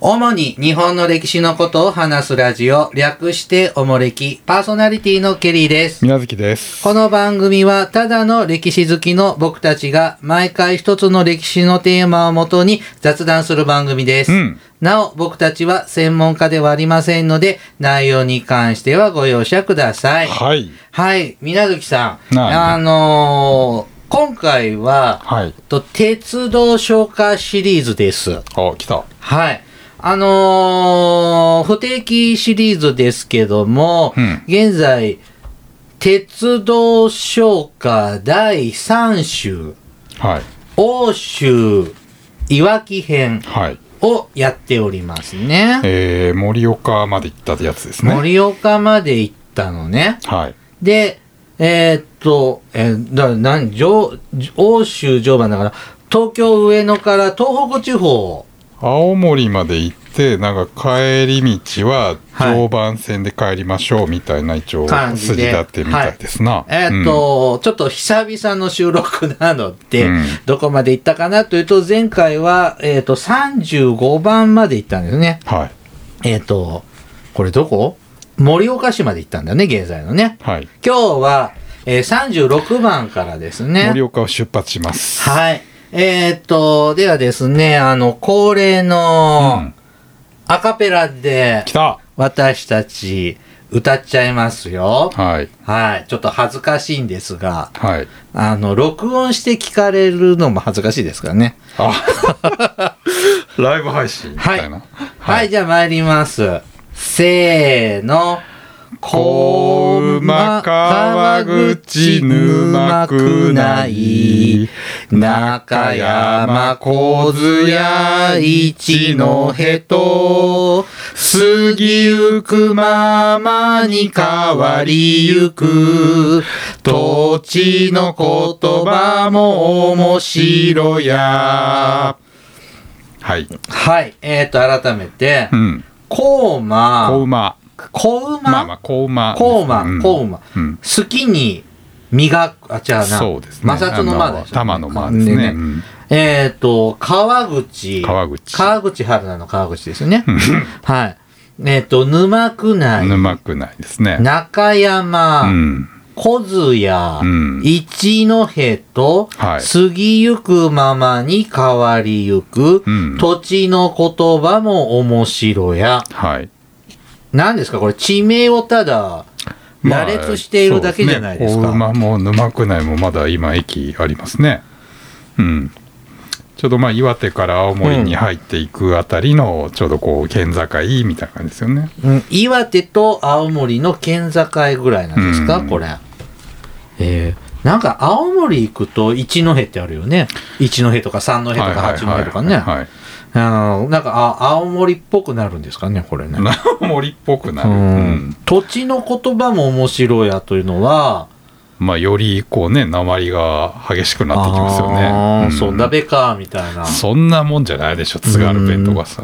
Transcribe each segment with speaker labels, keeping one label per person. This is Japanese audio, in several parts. Speaker 1: 主に日本の歴史のことを話すラジオ、略しておもれき、パーソナリティのケリーです。
Speaker 2: 水月です。
Speaker 1: この番組はただの歴史好きの僕たちが毎回一つの歴史のテーマをもとに雑談する番組です。
Speaker 2: うん
Speaker 1: なお僕たちは専門家ではありませんので内容に関してはご容赦ください。い。
Speaker 2: はい。
Speaker 1: はい、皆月さん。
Speaker 2: はい
Speaker 1: あのー今回は、
Speaker 2: はい。
Speaker 1: と鉄道消化シリーズです。
Speaker 2: あ、来た。
Speaker 1: はい。あのー不定期シリーズですけども、
Speaker 2: うん
Speaker 1: 現在、鉄道消化第3週、
Speaker 2: はい。
Speaker 1: 欧州いわき編
Speaker 2: はい。
Speaker 1: をやっておりますね。
Speaker 2: えー、盛岡まで行ったやつですね。
Speaker 1: 盛岡まで行ったのね。
Speaker 2: はい。
Speaker 1: で、えーっと、えーだなん上欧州常磐だから、東京上野から東北地方、
Speaker 2: 青森まで行って、なんか帰り道は
Speaker 1: はい
Speaker 2: 常磐線で帰りましょうみたいな一応
Speaker 1: 感じ
Speaker 2: 筋
Speaker 1: で
Speaker 2: 立ってみたいですな。
Speaker 1: えーっと、ちょっと久々の収録なので、
Speaker 2: うん
Speaker 1: どこまで行ったかなというと、前回は、えーっと、35番まで行ったんですね。
Speaker 2: うんはい。
Speaker 1: えーっと、これどこ盛岡市まで行ったんだね、現在のね。
Speaker 2: はい。
Speaker 1: 今日は、えー36番からですね。
Speaker 2: 盛岡を出発します。
Speaker 1: はい。えーっと、ではですね、あの、恒例
Speaker 2: う
Speaker 1: の
Speaker 2: ん
Speaker 1: アカペラで
Speaker 2: 来た。
Speaker 1: 私たち歌っちゃいますよ。
Speaker 2: はい。
Speaker 1: はい。ちょっと恥ずかしいんですが、
Speaker 2: はい。
Speaker 1: あの、録音して聞かれるのも恥ずかしいですからね。
Speaker 2: あ ライブ配信み
Speaker 1: は
Speaker 2: た
Speaker 1: い。
Speaker 2: い
Speaker 1: は
Speaker 2: な。
Speaker 1: い、じゃあ参ります。せーの。
Speaker 2: 小馬川口沼区内
Speaker 1: 中山小津屋一のへと過ぎゆくままに変わりゆく土地の言葉も面白や
Speaker 2: はい。
Speaker 1: はいえっ、と改めて
Speaker 2: うん。
Speaker 1: 小
Speaker 2: 小
Speaker 1: 馬
Speaker 2: 馬。
Speaker 1: 小馬
Speaker 2: まあまあ、小馬ですね。
Speaker 1: コウマ
Speaker 2: うん、
Speaker 1: コウマ
Speaker 2: うん。
Speaker 1: 好きに磨く、あ、違うな。
Speaker 2: そうですね。
Speaker 1: 摩擦の間でしょ。
Speaker 2: あの玉の間ですね。うん
Speaker 1: えっ、と、川口。
Speaker 2: 川口
Speaker 1: 川口春菜の川口ですね。
Speaker 2: う
Speaker 1: はい。えっ、と、沼区内。
Speaker 2: ん。うまくないですね。
Speaker 1: 中
Speaker 2: う
Speaker 1: 山、
Speaker 2: ん。
Speaker 1: 小津屋、
Speaker 2: うん
Speaker 1: 一戸と、
Speaker 2: はい
Speaker 1: 過ぎゆくままに変わりゆく、
Speaker 2: うん
Speaker 1: 土地の言葉も面白や。
Speaker 2: はい。
Speaker 1: 何ですかこれ、地名をただ、羅列しているだけじゃないですか。
Speaker 2: まあそうね小馬も沼区内もまだ今駅ありますね。うん。ちょうどまあ岩手から青森に入っていくあたりのちょうどこう県境みたいな感じですよね。
Speaker 1: うん、岩手と青森の県境ぐらいなんですか、
Speaker 2: うん
Speaker 1: これ。えー、なんか青森行くと一戸ってあるよね。一戸とか三戸と
Speaker 2: はい
Speaker 1: か
Speaker 2: はい
Speaker 1: 八
Speaker 2: はい
Speaker 1: 戸とかね。
Speaker 2: はい。
Speaker 1: あのなんかあ青森っぽくなるんですかね、これね。
Speaker 2: 青森っぽくな
Speaker 1: う
Speaker 2: る。うんん。
Speaker 1: 土地の言葉も面白いやというのは、
Speaker 2: まあよりこうね鉛が激しくなってきますよ
Speaker 1: あー
Speaker 2: ね。ん
Speaker 1: そう、鍋か、みたいな。
Speaker 2: そんなもんじゃないでしょ津軽弁とかさ、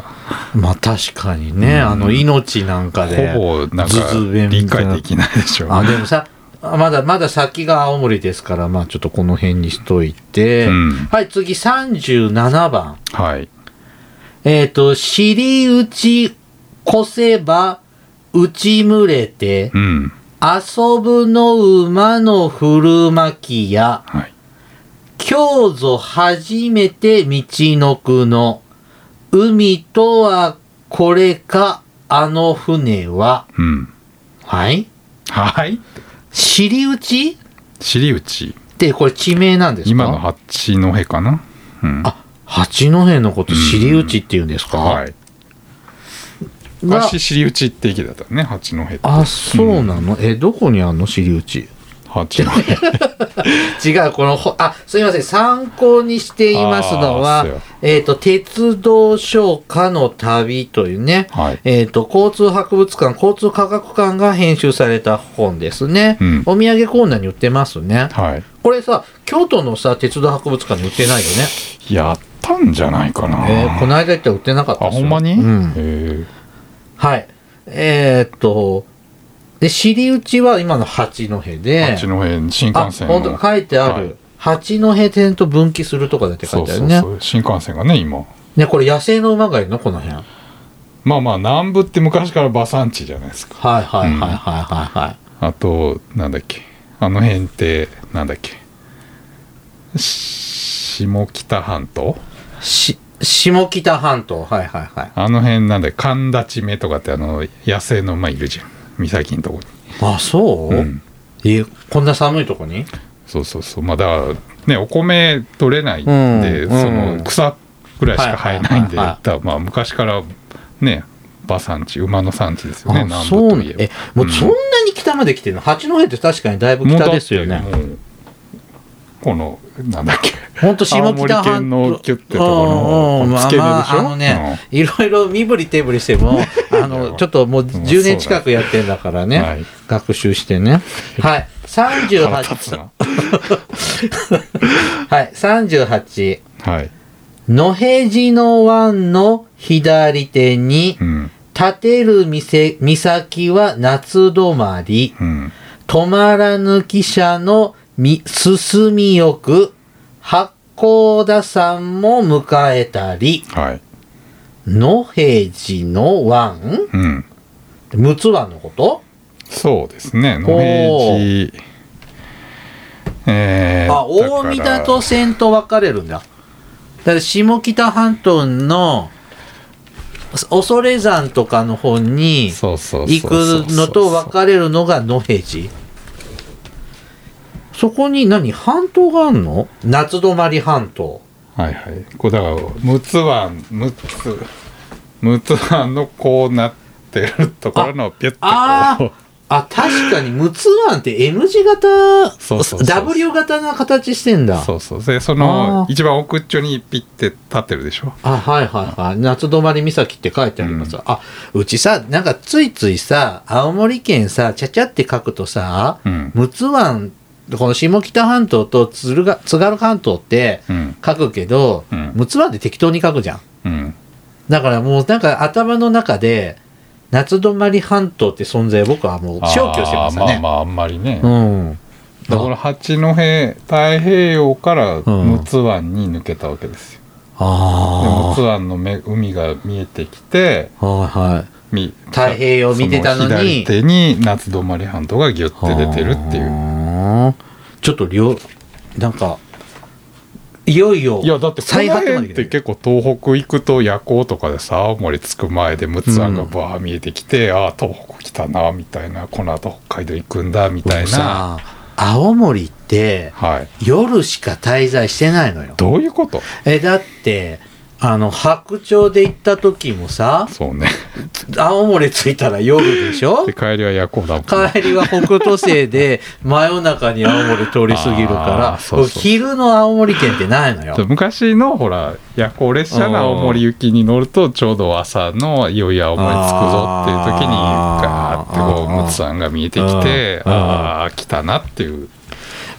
Speaker 1: まあ確かにね、
Speaker 2: うん
Speaker 1: あの、命なんかで。
Speaker 2: ほぼなんか
Speaker 1: ずず弁み
Speaker 2: 理
Speaker 1: たいな
Speaker 2: 解できないでしょ
Speaker 1: あ、でもさ、まだまだ先が青森ですから、まあちょっとこの辺にしといて、
Speaker 2: うん
Speaker 1: はい、次37番。
Speaker 2: はい
Speaker 1: えっ、と、尻打ちこせば打ち群れて、
Speaker 2: うん
Speaker 1: 遊ぶの馬の振る巻きや、
Speaker 2: はい
Speaker 1: 今日ぞ初めて道のくの、海とはこれか、あの船は、
Speaker 2: うん
Speaker 1: はい
Speaker 2: はい
Speaker 1: 尻打ち
Speaker 2: 尻打ち
Speaker 1: ってこれ地名なんですか
Speaker 2: 今の八戸かなうん
Speaker 1: あ、八戸のこと尻打ちって言うんですか、
Speaker 2: はい
Speaker 1: が
Speaker 2: 昔尻打ちって駅だったね八戸って
Speaker 1: あ、そうなの、え、どこにあんの尻打ち。
Speaker 2: 八戸
Speaker 1: 違う、このほ、あ、すいません。参考にしていますの
Speaker 2: あ
Speaker 1: は
Speaker 2: ーそうよ、
Speaker 1: えっ、と、鉄道商家の旅というね、
Speaker 2: はい
Speaker 1: えっ、と、交通博物館、交通科学館が編集された本ですね。
Speaker 2: うん
Speaker 1: お土産コーナーに売ってますね。
Speaker 2: はい
Speaker 1: これさ、京都のさ、鉄道博物館に売ってないよね。
Speaker 2: やったんじゃないかな、
Speaker 1: えーこの間行ったら売ってなかった
Speaker 2: あ
Speaker 1: です
Speaker 2: ほ
Speaker 1: よ
Speaker 2: んまに、
Speaker 1: うん
Speaker 2: へ。ー
Speaker 1: はい。えーっと、で、尻打ちは今の八戸で、
Speaker 2: 八戸新
Speaker 1: あ、
Speaker 2: 幹線
Speaker 1: 本当
Speaker 2: の
Speaker 1: 書いてある。
Speaker 2: はい
Speaker 1: 八戸線と分岐するとかだって書い
Speaker 2: そ
Speaker 1: うてある
Speaker 2: そ
Speaker 1: ね。
Speaker 2: うそう新幹線がね今
Speaker 1: ね、これ野生の馬がいるのこの辺。
Speaker 2: まあまあ南部って昔から馬産地じゃないですか
Speaker 1: はいはいはいはいはいはい。
Speaker 2: あとなんだっけあの辺ってなんだっけし下北半島
Speaker 1: し、下北半島。はいはいはい。
Speaker 2: あの辺なんだっけ神立目とかってあの野生の馬いるじゃん岬のとこ
Speaker 1: あ、そう、
Speaker 2: に、うん、
Speaker 1: え、こんな寒いとこに
Speaker 2: そうそうそうまあだからねお米取れないんで、
Speaker 1: うん
Speaker 2: そ
Speaker 1: うん
Speaker 2: の草ぐらいしか生えないん
Speaker 1: はいはい
Speaker 2: で、
Speaker 1: はいはい
Speaker 2: だからまあ昔からね馬産地馬の産地ですよね
Speaker 1: あ、
Speaker 2: 南
Speaker 1: そ
Speaker 2: 部
Speaker 1: う
Speaker 2: と
Speaker 1: ね
Speaker 2: い。
Speaker 1: え
Speaker 2: え、
Speaker 1: もうそんなに北まで来てるの八戸って確かにだいぶ
Speaker 2: ばもうだ
Speaker 1: 北
Speaker 2: って
Speaker 1: ですよね。
Speaker 2: もうこのなんだっけ
Speaker 1: ほんと下北
Speaker 2: 青森
Speaker 1: 半
Speaker 2: 県のキュッてとこ
Speaker 1: うんう
Speaker 2: の
Speaker 1: んまあ
Speaker 2: 付け根でし
Speaker 1: まあ
Speaker 2: ょ
Speaker 1: あのね、いろいろ身振り手振りして も、あ
Speaker 2: いや
Speaker 1: の、ちょっともう10年近くやってんだからね、
Speaker 2: はい
Speaker 1: 学習してね。はい。
Speaker 2: うん腹立つ
Speaker 1: 38、
Speaker 2: な
Speaker 1: はい、38。
Speaker 2: はい、
Speaker 1: 野辺地の湾の左手に
Speaker 2: う、ん
Speaker 1: 立てる店岬は夏止まり、
Speaker 2: うん、
Speaker 1: 止まらぬ汽車のみ進みよく、八甲田山も迎えたり、
Speaker 2: はい、
Speaker 1: 野平寺の湾
Speaker 2: うん、
Speaker 1: 陸奥湾のこと、
Speaker 2: そうですね野平寺えー、
Speaker 1: あ、大
Speaker 2: だから
Speaker 1: 港と線と分かれるんだ。だから下北半島の恐山とかの方に
Speaker 2: そうそう
Speaker 1: 行くのと分かれるのが野平寺。そこに何半島があんの夏泊まり半島。
Speaker 2: はいはいこうだから陸奥湾陸奥陸奥湾のこうなってるところのピュッ
Speaker 1: あ
Speaker 2: てこ
Speaker 1: あ、確かに、陸奥湾って M 字型、
Speaker 2: そうそうそう
Speaker 1: W 型な形してん
Speaker 2: う
Speaker 1: だ。
Speaker 2: そうそうでそ
Speaker 1: あ
Speaker 2: の
Speaker 1: ー
Speaker 2: 一番奥っちょにピッて立ってるでしょ
Speaker 1: あ、はいはいはい。夏泊まり岬って書いてあります。あ、うちさ、なんかついついさ、青森県さ、ちゃちゃって書くとさ、
Speaker 2: うん
Speaker 1: 陸奥湾、この下北半島と鶴が津軽半島って
Speaker 2: うん
Speaker 1: 書くけど、
Speaker 2: うん
Speaker 1: 陸奥湾って適当に書くじゃん。
Speaker 2: うん
Speaker 1: だからもうなんか頭の中で、夏泊まり半島って存在、僕はもう消去してました
Speaker 2: あー
Speaker 1: ね。
Speaker 2: まあまああんまりね、
Speaker 1: うん。
Speaker 2: だから八戸太平洋から
Speaker 1: ん
Speaker 2: 陸奥湾に抜けたわけですよ、で陸
Speaker 1: あ
Speaker 2: 奥湾の目海が見えてきて
Speaker 1: あ。はいはい。
Speaker 2: み
Speaker 1: 太平洋見てたのに
Speaker 2: そ左手に夏泊半島がギュッて出てるっていう
Speaker 1: はあ。ちょっと両、なんか、いよいよ、
Speaker 2: いやだってこ
Speaker 1: 最
Speaker 2: の
Speaker 1: 果てま
Speaker 2: 辺
Speaker 1: で
Speaker 2: っ
Speaker 1: 来て
Speaker 2: て
Speaker 1: る
Speaker 2: 結構東北行くと夜行とかでさ青森着く前で陸奥湾がバー見えてきて、ああ東北来たなみたいなこの後北海道行くんだみたいな
Speaker 1: さあ青森って、
Speaker 2: はい
Speaker 1: 夜しか滞在してないのよ。
Speaker 2: どういうこと
Speaker 1: え、だって、あの、白鳥で行った時もさ、
Speaker 2: そう ね
Speaker 1: 青森着いたら夜でしょ
Speaker 2: で帰りは夜行だもんね
Speaker 1: 帰りは北斗星で真夜中に青森通り過ぎるか
Speaker 2: あーそ
Speaker 1: ら、
Speaker 2: うそう
Speaker 1: 昼の青森県ってないのよ
Speaker 2: で。昔のほら夜行列車の青森行きに乗るとちょうど朝のいよいよ青森着くぞっていう時に
Speaker 1: あ
Speaker 2: ガ
Speaker 1: ー
Speaker 2: ーってこう陸奥湾が見えてきて
Speaker 1: うん
Speaker 2: ああ来たなっていう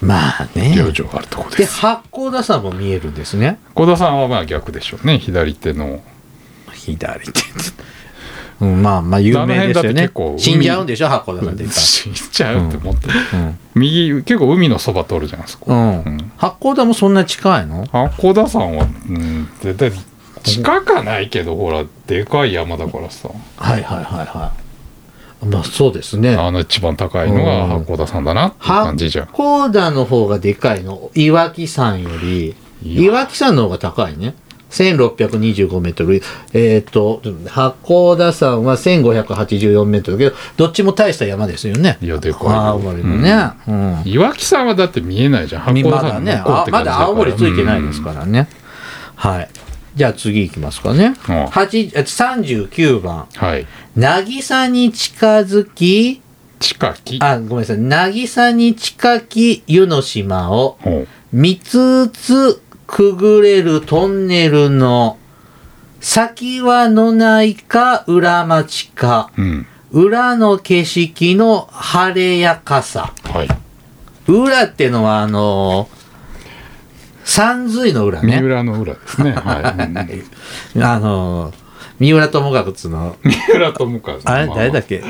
Speaker 1: まあね。
Speaker 2: 表情があるとこです
Speaker 1: で、八甲田山も見えるんですね。
Speaker 2: 小田さんはまあ逆でしょうね左手の
Speaker 1: 左手うん、まあまあ有名ですよ
Speaker 2: あの辺だって
Speaker 1: ね
Speaker 2: 結構。海
Speaker 1: 死んじゃうんでしょ、箱田さんって言った
Speaker 2: 死んじゃうって思って、
Speaker 1: ら。
Speaker 2: 右結構海のそば通るじゃないです
Speaker 1: う
Speaker 2: か、
Speaker 1: ん。う
Speaker 2: うんん。
Speaker 1: 八甲田もそんな近いの
Speaker 2: 八甲田山は、うん、絶対近かないけどほらでかい山だからさ
Speaker 1: はいはいはいはい。まあそうですね。
Speaker 2: あの一番高いのが八甲田山だなっていう感じじゃん
Speaker 1: 八甲田の方がでかいの。岩木山より、
Speaker 2: いや
Speaker 1: 岩木山の方が高いね。1625メートル。えっ、と、八甲田山は1584メートルだけど、どっちも大した山ですよね。
Speaker 2: いやでかいよ
Speaker 1: 青森のね。うん
Speaker 2: 岩木山はだって見えないじゃん八甲
Speaker 1: ま
Speaker 2: 田
Speaker 1: だ
Speaker 2: 山
Speaker 1: ね、
Speaker 2: の向こう
Speaker 1: あ
Speaker 2: って
Speaker 1: ま
Speaker 2: 感じだ
Speaker 1: だ
Speaker 2: から
Speaker 1: 青森ついてないですからね。はい。じゃあ次行きますかね。
Speaker 2: うん
Speaker 1: 八39番。
Speaker 2: うんはい
Speaker 1: 渚に近づき、
Speaker 2: 近き
Speaker 1: あ、ごめんなさい。渚に近き湯の島を、
Speaker 2: ほう
Speaker 1: 三つつくぐれるトンネルの、先はのないか裏町か、
Speaker 2: うん
Speaker 1: 裏の景色の晴れやかさ。
Speaker 2: はい
Speaker 1: 裏ってのはあのー、三髄の裏
Speaker 2: 三
Speaker 1: ね。
Speaker 2: 浦の裏です ね、はいうん
Speaker 1: あのー、三浦友和っつうの、
Speaker 2: 三浦友和
Speaker 1: あれ
Speaker 2: ま
Speaker 1: 誰だっけん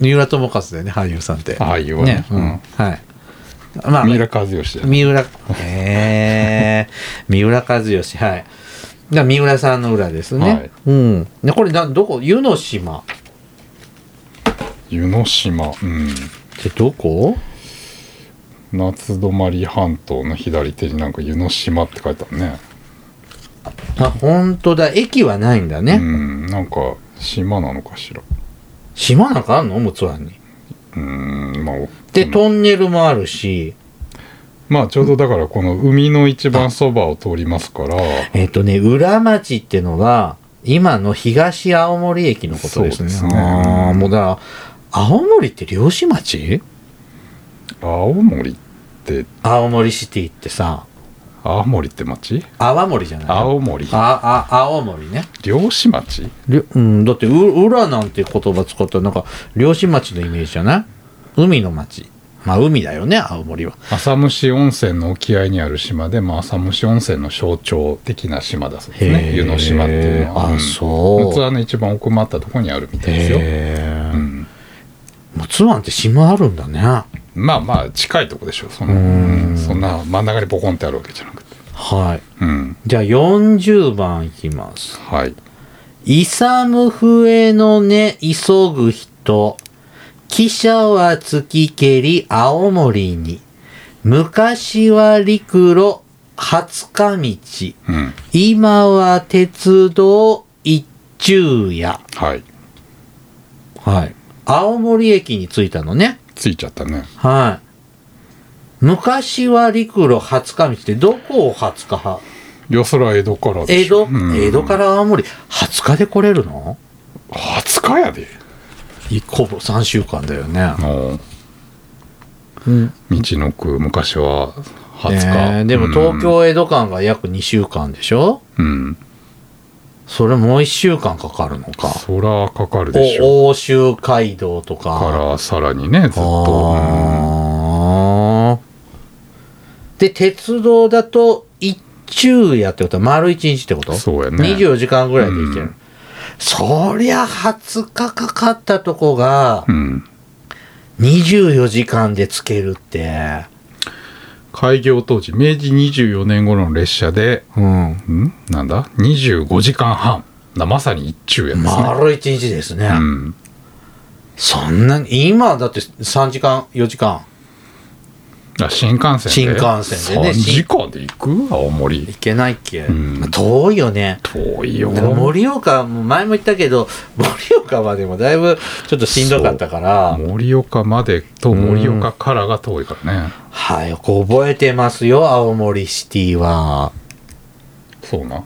Speaker 1: 三浦友和だよね、俳優さんって。
Speaker 2: ああいうわ
Speaker 1: ね
Speaker 2: ね、
Speaker 1: う
Speaker 2: うん
Speaker 1: ん。はい。まあ、
Speaker 2: 三浦和義だよね
Speaker 1: 三浦、えー、三浦和義、はい。じゃあ三浦さんの裏ですね。
Speaker 2: はい
Speaker 1: うん。でこれなどこ湯の島っ
Speaker 2: 湯の島、うん、
Speaker 1: てどこ？
Speaker 2: 夏泊半島の左手になんか湯の島って書いてあるね
Speaker 1: あ本当だ。駅はないんだね。
Speaker 2: うんなんか島なのかしら
Speaker 1: 島なんかあんの陸奥湾に。
Speaker 2: うんまあ
Speaker 1: で、
Speaker 2: うん
Speaker 1: トンネルもあるし、
Speaker 2: まあちょうどだからこの海の一番そばを通りますから
Speaker 1: えっ、とね裏町ってのが今の東青森駅のことですね。
Speaker 2: そうですね
Speaker 1: ああもうだから青森って漁師町？
Speaker 2: 青森って
Speaker 1: 青森シティってさ
Speaker 2: 青森って町
Speaker 1: 泡森じゃない？
Speaker 2: 青森
Speaker 1: ああ青森ね。
Speaker 2: 漁師町
Speaker 1: りょうん、だってう裏なんて言葉使ったらなんか漁師町のイメージじゃない海の町まあ海だよね青森は
Speaker 2: 浅虫温泉の沖合にある島で、まあ、浅虫温泉の象徴的な島だそうです
Speaker 1: へー
Speaker 2: ね湯の島っていうのは
Speaker 1: あ
Speaker 2: ん
Speaker 1: そう
Speaker 2: 陸奥湾の一番奥まったとこにあるみたいですよ、
Speaker 1: え
Speaker 2: うん、
Speaker 1: もつ湾って島あるんだねは
Speaker 2: まあまあ近いとこでしょその
Speaker 1: うん
Speaker 2: うんそんな真ん中にボコンってあるわけじゃなくて
Speaker 1: い
Speaker 2: うん
Speaker 1: じゃあ40番いきます
Speaker 2: はい
Speaker 1: 「勇笛の音急ぐ人汽車は突き蹴り青森に昔は陸路20日道」
Speaker 2: うん
Speaker 1: 今は鉄道一昼夜。
Speaker 2: はい
Speaker 1: はい。青森駅に着いたのね。
Speaker 2: ついちゃったね
Speaker 1: はい。昔は陸路20日道ってどこを20日は
Speaker 2: よそら江戸からで
Speaker 1: 江
Speaker 2: しょ
Speaker 1: 戸、江戸からら青森20日で来れるの
Speaker 2: 20日やで
Speaker 1: いほぼ3週間だよね。
Speaker 2: の
Speaker 1: うん、
Speaker 2: 道の区昔は20日、
Speaker 1: ねえでも東京江戸間が約2週間でしょ
Speaker 2: うん、うん
Speaker 1: それもう1週間かかるのか。
Speaker 2: そらかかるでしょ
Speaker 1: お欧州街道とか。
Speaker 2: からさらにねずっと、うん
Speaker 1: あーで鉄道だと一昼夜ってことは丸一日ってこと
Speaker 2: そうやね
Speaker 1: 24時間ぐらいで行ける、
Speaker 2: うん
Speaker 1: そりゃ20日かかったとこが
Speaker 2: うん、
Speaker 1: 24時間で着けるって
Speaker 2: 開業当時明治24年頃の列車で
Speaker 1: うん
Speaker 2: んなんだ25時間半なまさに一昼夜ですね、
Speaker 1: 丸一日ですね、
Speaker 2: うん、
Speaker 1: そんなに今だって3時間4時間
Speaker 2: あ新幹線で
Speaker 1: 新幹線でね
Speaker 2: 3時間で行く青森
Speaker 1: 行けないっけ、
Speaker 2: うん
Speaker 1: まあ遠いよね
Speaker 2: 遠いよ
Speaker 1: だから盛岡も前も言ったけど盛岡はでもだいぶちょっとしんどかったから
Speaker 2: 盛岡までと盛岡からが遠いからね、
Speaker 1: はい、こう覚えてますよ、青森シティは。
Speaker 2: そうな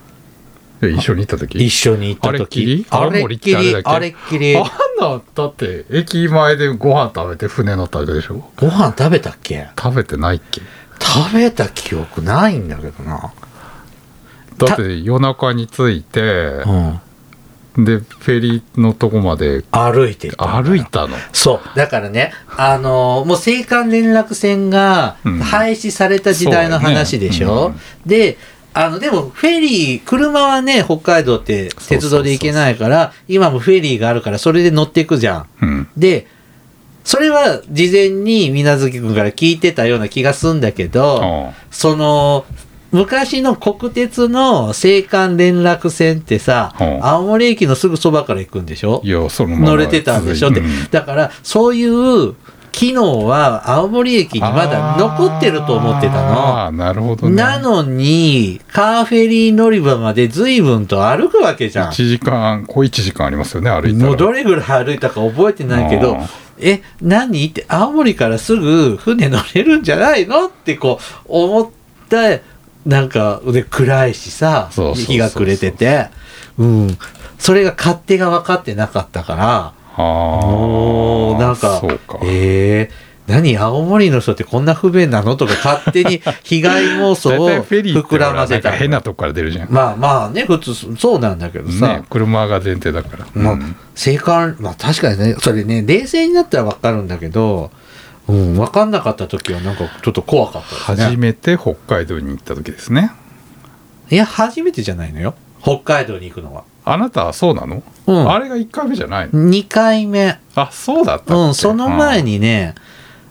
Speaker 2: で一緒に行った時
Speaker 1: 一緒に行った
Speaker 2: あれっき
Speaker 1: 時
Speaker 2: り。青森ってあれだっけ
Speaker 1: あれっきり。あれっきり
Speaker 2: あんなだって駅前でご飯食べて船乗ったわけでしょ
Speaker 1: ご飯食べたっけ
Speaker 2: 食べてないっけ
Speaker 1: 食べた記憶ないんだけどな。
Speaker 2: だって夜中に着いて
Speaker 1: うん。
Speaker 2: でフェリーのとこまで
Speaker 1: 歩いてったんだ
Speaker 2: 歩いたの
Speaker 1: そう。だからね、あのーもう青函連絡船が
Speaker 2: うん
Speaker 1: 廃止された時代の話でしょ、
Speaker 2: そうだね
Speaker 1: で、あの、でもフェリー、車はね、北海道って鉄道で行けないから、今もフェリーがあるから、それで乗っていくじゃん。
Speaker 2: うん
Speaker 1: で、それは事前に水月くんから聞いてたような気がするんだけど、
Speaker 2: あ
Speaker 1: その、昔の国鉄の青函連絡船ってさ、
Speaker 2: うん
Speaker 1: 青森駅のすぐそばから行くんでしょ
Speaker 2: いやそのまま
Speaker 1: 乗れてたんでしょって
Speaker 2: 続い。
Speaker 1: だから、そういう機能は青森駅にまだ残ってると思ってたの。
Speaker 2: あーなるほどね
Speaker 1: なのに、カーフェリー乗り場まで随分と歩くわけじゃん。
Speaker 2: 1時間小1時間ありますよね歩いたら
Speaker 1: もうどれぐらい歩いたか覚えてないけど
Speaker 2: あー、
Speaker 1: え、何って、青森からすぐ船乗れるんじゃないのってこう、思った、なんか、で、暗いしさ
Speaker 2: そう、そうそうそう
Speaker 1: 日が暮れてて、うん。それが勝手が分かってなかったから、
Speaker 2: あー
Speaker 1: もう、なんか、
Speaker 2: そうか
Speaker 1: えー何青森の人ってこんな不便なのとか勝手 に被害妄想
Speaker 2: 大
Speaker 1: を
Speaker 2: 体フェリーって
Speaker 1: 膨らませ
Speaker 2: なんか
Speaker 1: た。
Speaker 2: 変なとこから出るじゃん、
Speaker 1: まあまあね、普通そうなんだけどさ、
Speaker 2: ね車が前提だから、
Speaker 1: まあ
Speaker 2: うん、
Speaker 1: 生還、まあ確かにね、それね、冷静になったら分かるんだけど、うん、分かんなかった時はなんかちょっと怖かったです
Speaker 2: 初
Speaker 1: ね。
Speaker 2: めて北海道に行った時ですね
Speaker 1: いや、初めてじゃないのよ。北海道に行くのは。
Speaker 2: あなたはそうなの、
Speaker 1: うん
Speaker 2: あれが1回目じゃないの
Speaker 1: 2回目。
Speaker 2: あそうだったっけ
Speaker 1: うん、その前にね、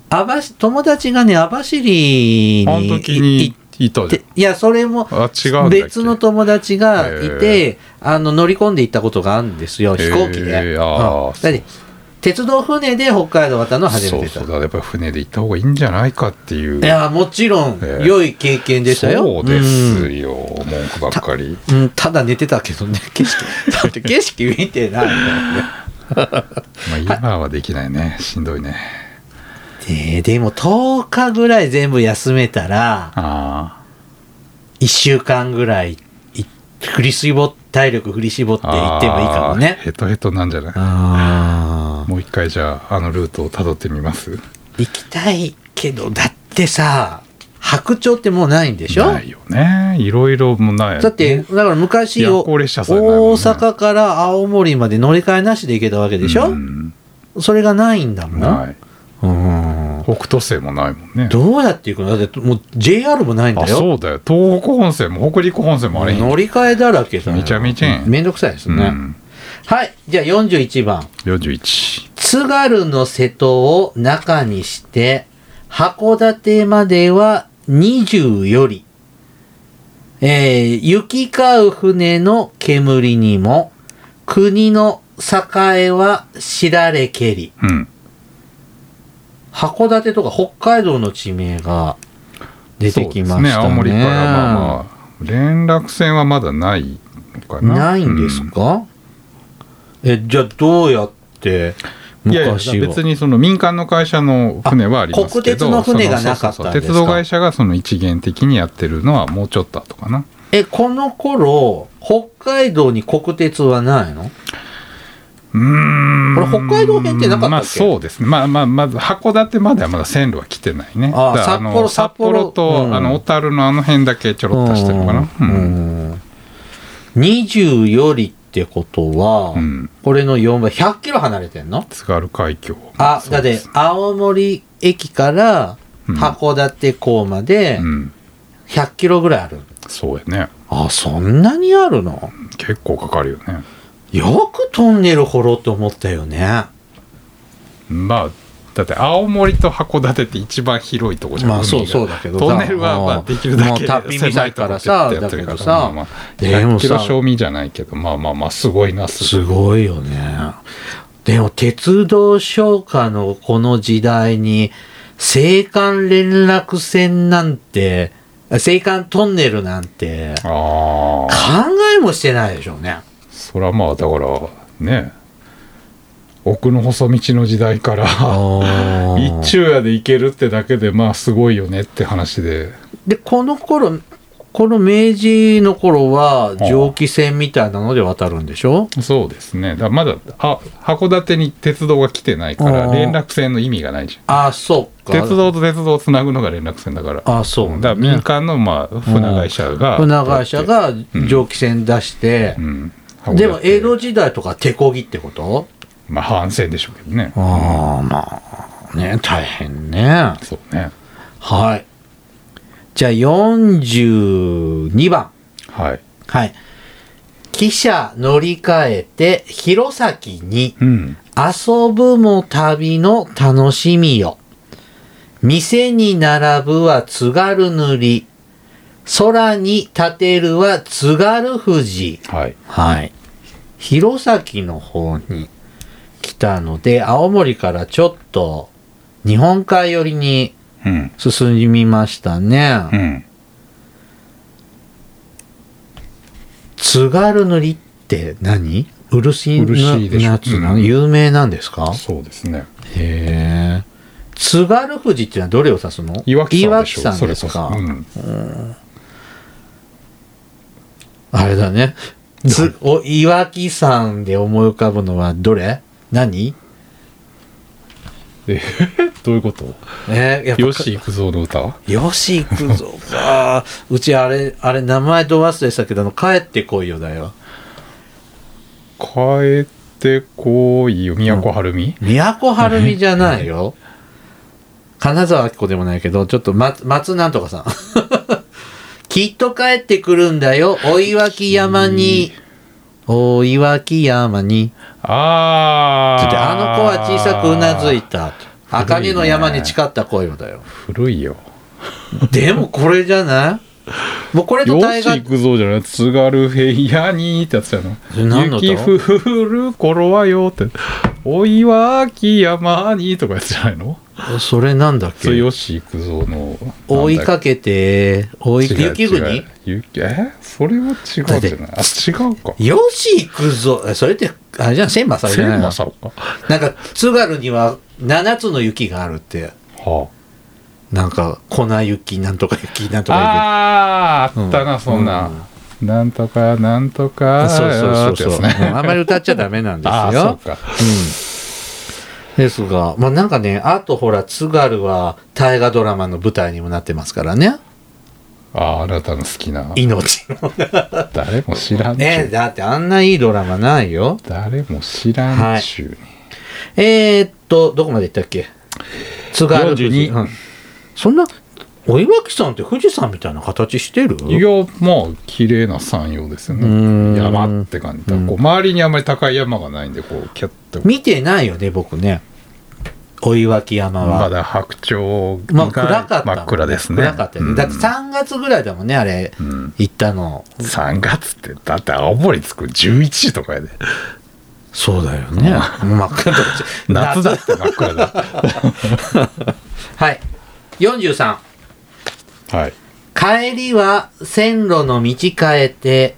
Speaker 1: 網走友達がね、網走に
Speaker 2: あの時に
Speaker 1: い
Speaker 2: いたじ
Speaker 1: ていやそれも
Speaker 2: ゃんあ違うんだっけ
Speaker 1: 別の友達がいて、あの乗り込んで行ったことがあるんですよ、飛行機で。
Speaker 2: へーあー
Speaker 1: うんだって鉄道船で北海道渡るの初めてだ。
Speaker 2: そうそうだやっぱり船で行った方がいいんじゃないかってい
Speaker 1: い
Speaker 2: う
Speaker 1: や、もちろん、
Speaker 2: えー
Speaker 1: 良い経験でしたよ。
Speaker 2: そうですよ、文句ばっかり
Speaker 1: うん、うんただ寝てたけどね、 景色。だって景色見てないも んね。
Speaker 2: まあ今はできないねしんどいね
Speaker 1: ででも10日ぐらい全部休めたら、
Speaker 2: あ
Speaker 1: 1週間ぐらいい振り絞っ、体力振り絞って
Speaker 2: あ
Speaker 1: 行ってもいいかも
Speaker 2: あ
Speaker 1: ね
Speaker 2: ー。ヘトヘトなんじゃない
Speaker 1: あー
Speaker 2: もう一回じゃああのルートをたどってみます
Speaker 1: 行きたいけど、だってさ、白鳥ってもうないんでしょ
Speaker 2: ないよねいろいろもない
Speaker 1: だって、だから昔
Speaker 2: 夜
Speaker 1: を
Speaker 2: 行
Speaker 1: 大
Speaker 2: 列車さえないもんね
Speaker 1: 阪から青森まで乗り換えなしで行けたわけでしょ、
Speaker 2: うん
Speaker 1: それがないんだもん。
Speaker 2: ない
Speaker 1: うん
Speaker 2: 北斗星もないもんね
Speaker 1: どうやって行くのだってもう JR もないん
Speaker 2: あ
Speaker 1: だよ。
Speaker 2: そうだよ東北本線も北陸本線もあれへん
Speaker 1: 乗り換えだらけだよ
Speaker 2: めちゃめちゃやん
Speaker 1: めんどくさいです
Speaker 2: う
Speaker 1: ね。
Speaker 2: ん、
Speaker 1: はい。じゃあ41番。
Speaker 2: 41
Speaker 1: 津軽の瀬戸を中にして、函館までは20より、えー行き交う船の煙にも、国の栄は知られけり。
Speaker 2: うん
Speaker 1: 函館とか北海道の地名が出てきましたね。
Speaker 2: そうですね青森からまあまあ連絡船はまだないのかな
Speaker 1: ないんですか、え、じゃあどうやって
Speaker 2: うんいやいや
Speaker 1: 昔は。
Speaker 2: 別にその民間の会社の船はありますけど
Speaker 1: あ国鉄の船がなかったんですか
Speaker 2: そのそうそうそう鉄道会社がその一元的にやってるのはもうちょっと後かな
Speaker 1: え、この頃、北海道に国鉄はないの
Speaker 2: うーん
Speaker 1: これ北海道編ってなかったっけ
Speaker 2: まあそうですねまあまあまず函館まではまだ線路は来てないね
Speaker 1: ああ
Speaker 2: だからの
Speaker 1: 札幌
Speaker 2: 札幌と、
Speaker 1: うん
Speaker 2: あの小樽のあの辺だけちょろっと走ってるのかな
Speaker 1: うんうん20よりってことは、
Speaker 2: うん
Speaker 1: これの4倍、100キロ離れてんの
Speaker 2: 津軽海峡
Speaker 1: あ、だっ
Speaker 2: で
Speaker 1: て、青森駅から
Speaker 2: うん
Speaker 1: 函館港まで
Speaker 2: うん
Speaker 1: 100キロぐらいある。
Speaker 2: そうやね
Speaker 1: あ、そんなにあるの
Speaker 2: 結構かかるよね
Speaker 1: よくトンネル掘ろうと思ったよね。
Speaker 2: まあだって青森と函館って一番広いとこじゃん
Speaker 1: まあ
Speaker 2: 海が
Speaker 1: そうそうだけどさ
Speaker 2: トンネルはまあできるだ
Speaker 1: も
Speaker 2: け
Speaker 1: う旅みたいから
Speaker 2: 狭
Speaker 1: さ
Speaker 2: いとこってやってるか
Speaker 1: だけど
Speaker 2: ら
Speaker 1: さ
Speaker 2: まあまあ
Speaker 1: でもさ
Speaker 2: 100キロ賞味じゃないけどまあまあまあすごいな
Speaker 1: す
Speaker 2: い
Speaker 1: ごいよね。でも、鉄道商家のこの時代に、青函連絡船なんて、青函トンネルなんて、考
Speaker 2: ああ
Speaker 1: えもしてないでしょうね。
Speaker 2: それはまあだからね奥の細道の時代から一
Speaker 1: 一応
Speaker 2: 昼夜で行けるってだけでまあすごいよねって話で
Speaker 1: で、この頃、この明治の頃は、
Speaker 2: ー
Speaker 1: 蒸気船みたいなので渡るんでしょ
Speaker 2: そうですねだからまだあ函館に鉄道が来てないから
Speaker 1: あー
Speaker 2: 連絡船の意味がないじゃん
Speaker 1: ああ、そうか。
Speaker 2: 鉄道と鉄道をつなぐのが連絡船だから
Speaker 1: ああ、そう
Speaker 2: だから民間のまあ船会社が、
Speaker 1: 船会社、が蒸気船出して
Speaker 2: う、ん、
Speaker 1: でも江戸
Speaker 2: 時
Speaker 1: 時代とか手こぎってこと
Speaker 2: まあ反戦でしょうけどね
Speaker 1: ああ、まあ、ね、大変ね。
Speaker 2: そうね
Speaker 1: はい。じゃあ、42番。
Speaker 2: はい
Speaker 1: はい。汽車乗り換えて、弘前に
Speaker 2: うん
Speaker 1: 遊ぶも旅の楽しみよ。店に並ぶは津軽塗り。空に立てるは津軽富士。
Speaker 2: はい
Speaker 1: はい。弘前の方に来たので、青森からちょっと日本海寄りに
Speaker 2: うん
Speaker 1: 進みました
Speaker 2: う
Speaker 1: ね。
Speaker 2: ん
Speaker 1: 津軽塗って何漆
Speaker 2: 漆で
Speaker 1: の
Speaker 2: しょ
Speaker 1: やつなの
Speaker 2: うん
Speaker 1: 有名なんですか
Speaker 2: そうですね
Speaker 1: へえ。津軽富士っていうのはどれを指すの
Speaker 2: いわきさんでしょ
Speaker 1: 岩木山です
Speaker 2: そ
Speaker 1: か
Speaker 2: れこそ、うん、
Speaker 1: あれだね。つお岩木山で思い浮かぶのはどれ何
Speaker 2: え どういうこと
Speaker 1: えーやっぱ
Speaker 2: 吉幾三の歌
Speaker 1: よし行くぞ かうちあれあれ名前ど忘れしたけどあの帰ってこいよだよ
Speaker 2: 帰ってこいよ都はるみ、
Speaker 1: 都はるみじゃないよ金沢明子でもないけどちょっと松松なんとかさん きっと帰ってくるんだよお岩木山にお岩木山に
Speaker 2: あ
Speaker 1: つ
Speaker 2: ー
Speaker 1: ってあの子は小さくうなずいた
Speaker 2: 古
Speaker 1: 茜
Speaker 2: いね
Speaker 1: の山に誓った声よだよ
Speaker 2: 古いよ
Speaker 1: でもこれじゃないもうこれと
Speaker 2: よ
Speaker 1: 大
Speaker 2: し
Speaker 1: 河
Speaker 2: 行くぞじゃない津軽フェイアにーってやつじゃない
Speaker 1: それ何の歌
Speaker 2: 雪降る頃はよっておいは秋山にとかやつじゃないの
Speaker 1: それなんだっ
Speaker 2: それ
Speaker 1: け
Speaker 2: よし行くぞの
Speaker 1: 追いか
Speaker 2: け
Speaker 1: けて追い雪国
Speaker 2: 雪えそれは違うじゃないあ違うか
Speaker 1: よし行くぞえそれってあれじゃん千正じゃない
Speaker 2: 千
Speaker 1: の
Speaker 2: 正か
Speaker 1: なんか津軽には7つの雪があるって
Speaker 2: は
Speaker 1: なんか粉雪なんとか雪なんとか
Speaker 2: ああー
Speaker 1: うん
Speaker 2: あったなそんな、なんとかなんと
Speaker 1: 雪
Speaker 2: か
Speaker 1: そうそうそう
Speaker 2: って
Speaker 1: そう、
Speaker 2: やつね
Speaker 1: うんあんまり歌っちゃダメなんです
Speaker 2: ああそ
Speaker 1: よ
Speaker 2: うか
Speaker 1: うんですが、まあなんかね、あとほら、津軽は大河ドラマの舞台にもなってますからね。
Speaker 2: あああなたの好きな
Speaker 1: 命の。
Speaker 2: 誰も知らんち ゅう
Speaker 1: ねだってあんないいドラマないよ。
Speaker 2: 誰も知らんちゅうに、
Speaker 1: えー、っと、どこまで行ったっけ津軽富士
Speaker 2: 42
Speaker 1: うんそんな、お岩木山って富士山みたいな形してる
Speaker 2: いやまあ綺麗な山陽ですよ
Speaker 1: うーん
Speaker 2: ね山って感じだこう周りにあんまり高い山がないんでこうキャッと
Speaker 1: 見てないよね、僕ね。お岩木山は。
Speaker 2: まだ白鳥が
Speaker 1: まあ暗かったもん、
Speaker 2: 真っ暗ですね
Speaker 1: 暗かったよね。だって3月ぐらいだもんね、あれ、
Speaker 2: うんうん
Speaker 1: 行ったの。
Speaker 2: 3月ってだって青森着く11時とかやで
Speaker 1: そうだよね。真っ暗だった
Speaker 2: 夏だって真っ暗だ
Speaker 1: はい。43。
Speaker 2: はい
Speaker 1: 帰りは線路の道変えて、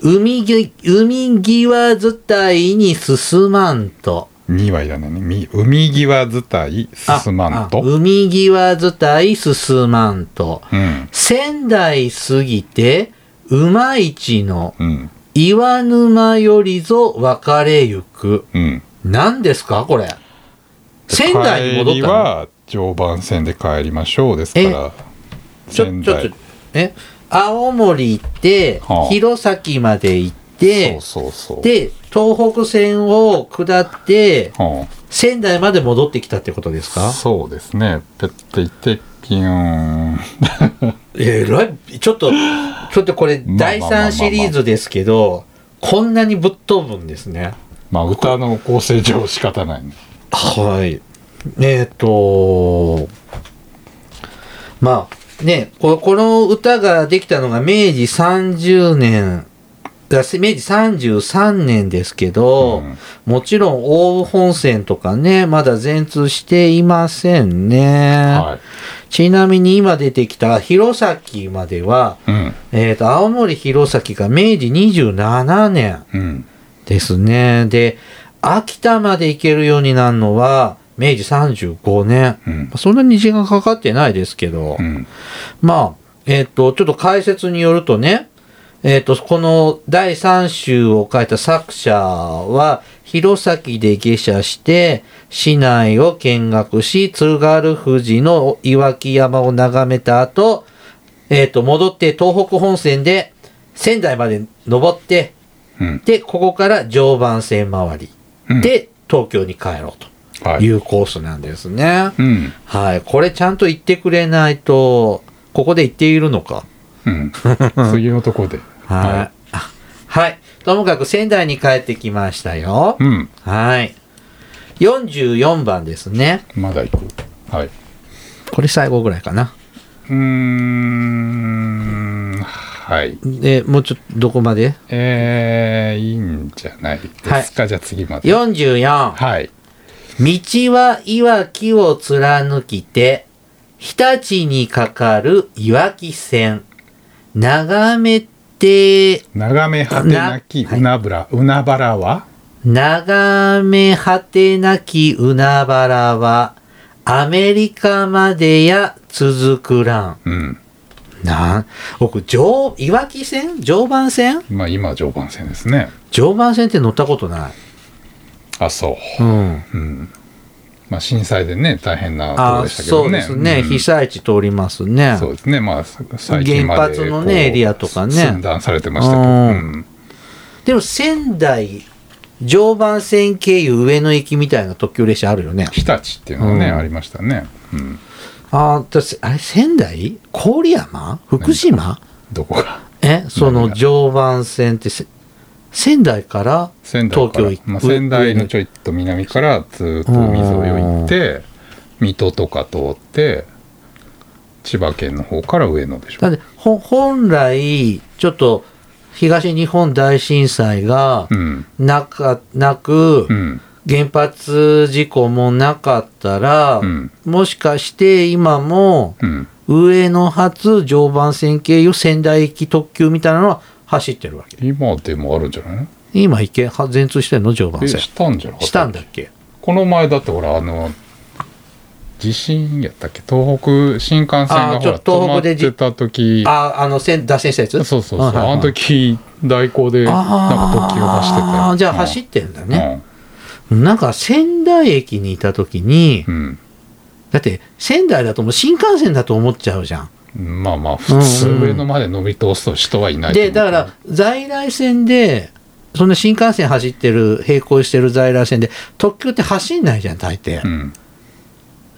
Speaker 1: 海ぎ海際伝いに進まんと。
Speaker 2: 2はいらないねみ海際伝い
Speaker 1: あ
Speaker 2: 進まん
Speaker 1: あ
Speaker 2: と
Speaker 1: 海際伝い進まんと。
Speaker 2: うん
Speaker 1: 仙台過ぎて、馬市の
Speaker 2: うん
Speaker 1: 岩沼よりぞ別れゆく。
Speaker 2: うん
Speaker 1: 何ですかこれ。仙台に戻っ
Speaker 2: 帰り
Speaker 1: たの
Speaker 2: は常磐線で帰りましょうですから
Speaker 1: ちょ、
Speaker 2: 仙
Speaker 1: ちょ、ち
Speaker 2: 台
Speaker 1: ょ、え青森行って、
Speaker 2: はあ
Speaker 1: 弘前まで行っ
Speaker 2: そう
Speaker 1: て、
Speaker 2: そうそう
Speaker 1: で、東北線を下って、
Speaker 2: はあ
Speaker 1: 仙台まで戻ってきたってことですか
Speaker 2: そうですねペッて行ってピューン
Speaker 1: えらい、ちょっと、ちょっとこれ、
Speaker 2: まあ
Speaker 1: 第
Speaker 2: まあまあま
Speaker 1: 3
Speaker 2: あ
Speaker 1: シリーズですけど、こんなにぶっ飛ぶんですね。
Speaker 2: まあ歌の構成上仕方ないね
Speaker 1: はい。えっ、と、まあ、ね、ここの歌ができたのが明治30年、だ明治33年ですけど、
Speaker 2: うん
Speaker 1: もちろん奥羽本線とかね、まだ全通していませんね。
Speaker 2: は
Speaker 1: ちなみに今出てきた弘前までは、
Speaker 2: いうん
Speaker 1: えっ、と、青森弘前が明治27年。
Speaker 2: うん
Speaker 1: ですね。で、秋田まで行けるようになるのは、明治35年。
Speaker 2: うん
Speaker 1: そんなに時間かかってないですけど、
Speaker 2: うん
Speaker 1: まあ、えっ、と、ちょっと解説によるとね、えっ、と、この第3集を書いた作者は、弘前で下車して、市内を見学し、津軽富士の岩木山を眺めた後、えっ、と、戻って東北本線で仙台まで登って、
Speaker 2: うん
Speaker 1: で、ここから常磐線回り
Speaker 2: うん
Speaker 1: で東京に帰ろう
Speaker 2: は
Speaker 1: と
Speaker 2: い
Speaker 1: いうコースなんですね。
Speaker 2: うん
Speaker 1: はい。これちゃんと言ってくれないと、ここで言っているのか。
Speaker 2: うん 次のとこで
Speaker 1: はい。あはい。ともかく仙台に帰ってきましたよ
Speaker 2: い。うん
Speaker 1: はい。44番ですね。
Speaker 2: まだ行くはい
Speaker 1: これ最後ぐらいかな。
Speaker 2: うーんはい
Speaker 1: で、もうちょっと、どこまで
Speaker 2: えー、いいんじゃないですか、じゃあ次まで
Speaker 1: ?44。
Speaker 2: はい
Speaker 1: 道はいわきを貫きて、日立にかかるいわき線。眺めて、
Speaker 2: 眺め果てなき
Speaker 1: なはいう
Speaker 2: なぶら、うなばらは
Speaker 1: 眺め果てなき海原は、アメリカまでや続くらん。
Speaker 2: うん
Speaker 1: なん、僕、常、いわき線常磐線
Speaker 2: まあ今常磐線ですね
Speaker 1: 常磐線って乗ったことない。
Speaker 2: あそう
Speaker 1: うん。
Speaker 2: うんまあ、震災でね大変なところ
Speaker 1: あ、
Speaker 2: でしたけ
Speaker 1: そ
Speaker 2: ど
Speaker 1: う
Speaker 2: ね。
Speaker 1: ですね。
Speaker 2: ん
Speaker 1: 被災地通りますね。
Speaker 2: そうですね、まあ、さ最近まで
Speaker 1: 原発のね
Speaker 2: こう
Speaker 1: エリアとかね
Speaker 2: 寸断されてましたけど、
Speaker 1: うん
Speaker 2: うん
Speaker 1: でも仙台常磐線経由上野行きみたいな特急列車あるよね。
Speaker 2: 日立っていうのがね、
Speaker 1: うん
Speaker 2: ありましたね、うん、
Speaker 1: あーだせあれ仙台郡山福島
Speaker 2: どこか
Speaker 1: えそ
Speaker 2: 何
Speaker 1: の
Speaker 2: が
Speaker 1: 常磐線ってせ仙台から
Speaker 2: 仙台か
Speaker 1: 東京
Speaker 2: ら
Speaker 1: 行く
Speaker 2: まあ、仙台のちょいっと南からずっと海沿いを行って水戸とか通って千葉県の方から上野でし
Speaker 1: だ
Speaker 2: ょ
Speaker 1: ってほ本来ちょっと東日本大震災が
Speaker 2: うん
Speaker 1: なかなく、
Speaker 2: うん
Speaker 1: 原発事故もなかったら、
Speaker 2: うん
Speaker 1: もしかして今も
Speaker 2: うん
Speaker 1: 上野発常磐線経由仙台行き特急みたいなのは走ってるわけ
Speaker 2: 今でもあるんじゃないの
Speaker 1: 今行けは全通してんの常磐
Speaker 2: え
Speaker 1: 線
Speaker 2: したんじゃなかった
Speaker 1: したんだっけ
Speaker 2: この前だってほらあの地震やったっけ東北新幹線
Speaker 1: あー
Speaker 2: が
Speaker 1: ち
Speaker 2: ほ
Speaker 1: ょ
Speaker 2: ら
Speaker 1: っと東
Speaker 2: 止ま
Speaker 1: 北
Speaker 2: っ
Speaker 1: でじ
Speaker 2: てた時
Speaker 1: ああの線脱線したや
Speaker 2: そう
Speaker 1: つ
Speaker 2: そうそう、
Speaker 1: はいはいはい
Speaker 2: あの時代行でなんか特急走ってた
Speaker 1: あ
Speaker 2: よ
Speaker 1: ーじゃあ走ってんだ
Speaker 2: て
Speaker 1: ね、なんか仙台駅にいた時に、
Speaker 2: うん、
Speaker 1: だって仙台だともう新幹線だと思っちゃうじゃん
Speaker 2: うん、まあまあ普通
Speaker 1: うんうん
Speaker 2: 上野まで伸び通す人はいないと思
Speaker 1: で
Speaker 2: うけど
Speaker 1: だから在来線でそんな新幹線走ってる並行してる在来線で特急って走んないじゃん大抵
Speaker 2: う、ん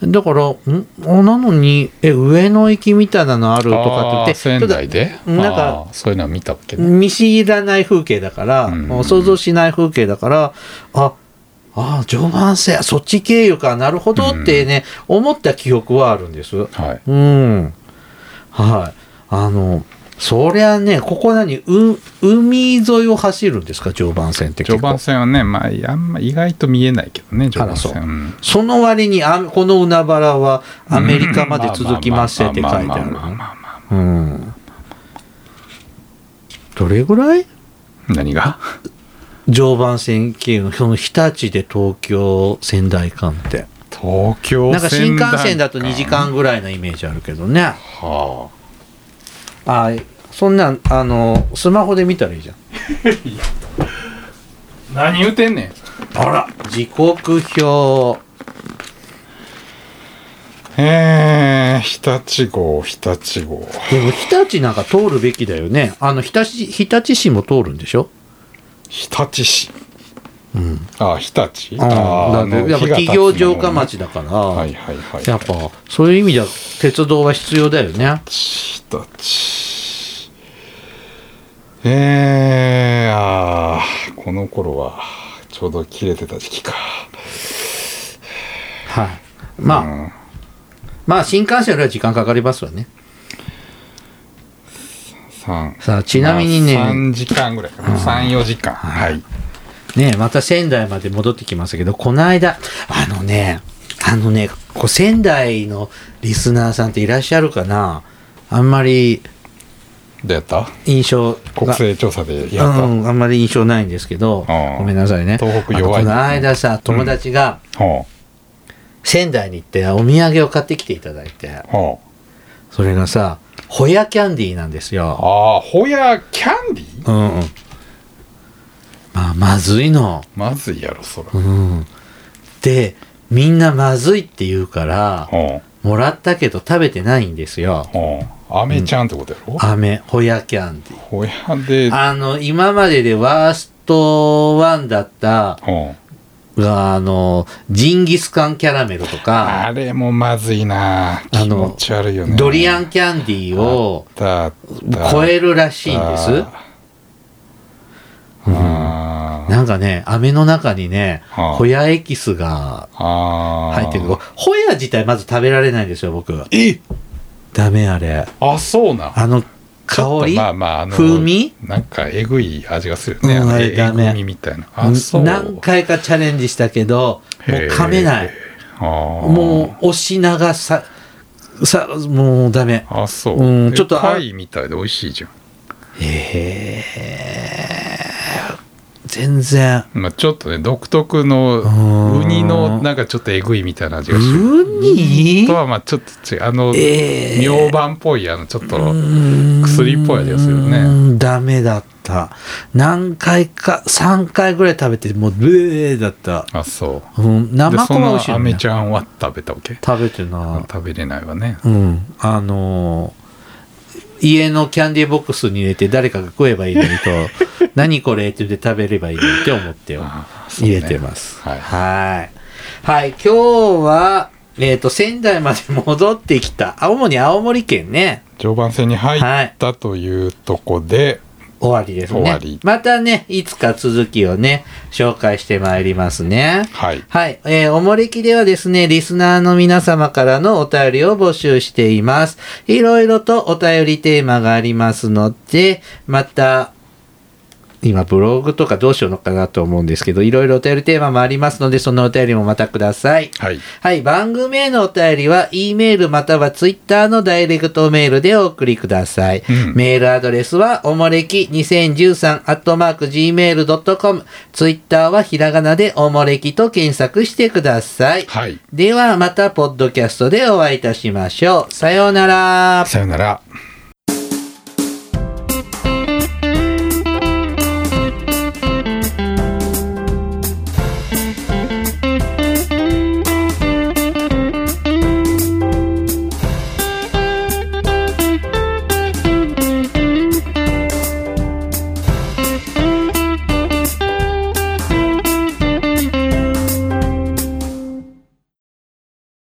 Speaker 1: だからんあなのにえ上野行きみたいなのあるとかって言って
Speaker 2: あー仙台で
Speaker 1: ちょっとなんか
Speaker 2: あーそういうのは見たっけね
Speaker 1: 見知らない風景だから、
Speaker 2: うん
Speaker 1: もう想像しない風景だからああ常磐線そっち経由かなるほどってね、思った記憶はあるんです
Speaker 2: はい
Speaker 1: うん。はい。あの、そりゃね、ここ何、う、海沿いを走るんですか、常磐線って結
Speaker 2: 序
Speaker 1: 構
Speaker 2: 盤。戦はねまああんま意外と見えないけどね序盤
Speaker 1: あら
Speaker 2: 戦
Speaker 1: そうんその割にあ、この海原はアメリカまで続きますって書いて
Speaker 2: ま
Speaker 1: あ
Speaker 2: あ
Speaker 1: る
Speaker 2: まあまあまあまあま
Speaker 1: の。
Speaker 2: あまあまあ
Speaker 1: うん。どれぐらい
Speaker 2: 何が
Speaker 1: 常磐線経由の、その日立で東京、仙台間って。
Speaker 2: 東京
Speaker 1: なんか新幹線だと
Speaker 2: 仙台
Speaker 1: 2
Speaker 2: 間
Speaker 1: 時間ぐらいのイメージあるけどね。
Speaker 2: はあ
Speaker 1: あそんなん、あの、スマホで見たらいいじゃん。
Speaker 2: 何言うてんねん
Speaker 1: あら、時刻表。
Speaker 2: えー、日立号日立号
Speaker 1: でも日立なんか通るべきだよね。あの日立市、日立市も通るんでしょ
Speaker 2: 日立市
Speaker 1: うん。
Speaker 2: あ日立
Speaker 1: だ
Speaker 2: あ
Speaker 1: ってやっぱ企業城下町だから、
Speaker 2: はいはいはい
Speaker 1: やっぱそういう意味では鉄道は必要だよね。
Speaker 2: 日立えー、あーこの頃はちょうど切れてた時期か
Speaker 1: はい。まあ、
Speaker 2: うん
Speaker 1: まあ新幹線よりは時間かかりますわね。
Speaker 2: 三
Speaker 1: さあ、ちなみにね、
Speaker 2: まあ3時間ぐらいかな34時間はい
Speaker 1: ね、また仙台まで戻ってきましたけど、この間、あのね、あのね、こう仙台のリスナーさんっていらっしゃるかなあんまり
Speaker 2: どうやった
Speaker 1: 印象が。
Speaker 2: 国勢調査でやった、
Speaker 1: うん、あんまり印象ないんですけど
Speaker 2: あ、あ
Speaker 1: ごめんなさいね。
Speaker 2: 東北弱い
Speaker 1: あのこの間さ、友達が
Speaker 2: ほ
Speaker 1: 仙台に行ってお土産を買ってきていただいて
Speaker 2: う、ほう
Speaker 1: それがさ、ホヤキャンディーなんですよ。
Speaker 2: ああホヤキャンディ
Speaker 1: うんうん。まあ、まずいの。
Speaker 2: まずいやろそら、
Speaker 1: うん。で、みんなまずいって言うから、
Speaker 2: ほう
Speaker 1: もらったけど食べてないんですよ。
Speaker 2: ほうアメちゃんってことやろ、
Speaker 1: 飴、ホヤキャンディー。
Speaker 2: ほやで
Speaker 1: あの、今まででワーストワンだった、
Speaker 2: ほう
Speaker 1: が、あの、ジンギスカンキャラメルとか、
Speaker 2: あれもまずいな
Speaker 1: あ
Speaker 2: 気
Speaker 1: の
Speaker 2: 持ち悪いよね
Speaker 1: ドリアンキャンディーを
Speaker 2: だった
Speaker 1: 超えるらしいんです。うん
Speaker 2: あー
Speaker 1: なんかね、飴の中にね、
Speaker 2: はあ
Speaker 1: ホヤエキスが
Speaker 2: あー
Speaker 1: 入ってる。ホヤ自体まず食べられないんですよ、僕。えダメあれ。
Speaker 2: あそうなん
Speaker 1: あの、
Speaker 2: ちょっ
Speaker 1: 香
Speaker 2: と
Speaker 1: り
Speaker 2: まあまああの
Speaker 1: 風味
Speaker 2: なんかえぐい味がするよね、
Speaker 1: うんあれ
Speaker 2: え
Speaker 1: ダメ
Speaker 2: えぐみみたいなあそう
Speaker 1: 何回かチャレンジしたけど、もう噛めない
Speaker 2: へ。ーあー
Speaker 1: もう、押し流さ、さ、もうダメ。
Speaker 2: あそう、
Speaker 1: うん
Speaker 2: え
Speaker 1: ちょっとあ
Speaker 2: 貝みたいで美味しいじゃん
Speaker 1: えー、全然。
Speaker 2: まあ、ちょっとね独特の
Speaker 1: ん
Speaker 2: ウニのなんかちょっとえぐいみたいな味がする
Speaker 1: ウニ
Speaker 2: とはまあちょっと違うあの、
Speaker 1: えー
Speaker 2: 明板っぽいあのちょっと薬っぽい味がするよ
Speaker 1: う
Speaker 2: ね
Speaker 1: ーんダメだった何回か3回ぐらい食べてもうブーだった、
Speaker 2: あそう
Speaker 1: うん、
Speaker 2: で
Speaker 1: 生
Speaker 2: そ
Speaker 1: 子は美味しいよ
Speaker 2: のア
Speaker 1: ね
Speaker 2: メちゃんは食べたわけ
Speaker 1: 食べてな
Speaker 2: 食べれないわね
Speaker 1: うんあのー家のキャンディーボックスに入れて誰かが食えばいいのに と何これって言って食べればいいのにって思ってよ
Speaker 2: あそうね
Speaker 1: 入れてます、
Speaker 2: はい
Speaker 1: はいはい今日はえっ、と仙台まで戻ってきた主に青森県ね
Speaker 2: 常磐線に入ったというとこで、
Speaker 1: 終わりですね。
Speaker 2: 終わり
Speaker 1: またね、いつか続きをね、紹介してまいりますね。
Speaker 2: はい。
Speaker 1: はい。えーおもれきではですね、リスナーの皆様からのお便りを募集しています。いろいろとお便りテーマがありますので、また、今ブログとかどうしようのかなと思うんですけど、いろいろお便りテーマもありますので、そのお便りもまたください。
Speaker 2: はい。
Speaker 1: はい、番組へのお便りは、E メールまたは Twitter のダイレクトメールでお送りください。
Speaker 2: うん
Speaker 1: メールアドレスは、おもれき2013アットマーク Gmail.com。Twitter はひらがなでおもれきと検索してください。
Speaker 2: はい。
Speaker 1: では、またポッドキャストでお会いいたしましょう。さようなら。
Speaker 2: さよなら。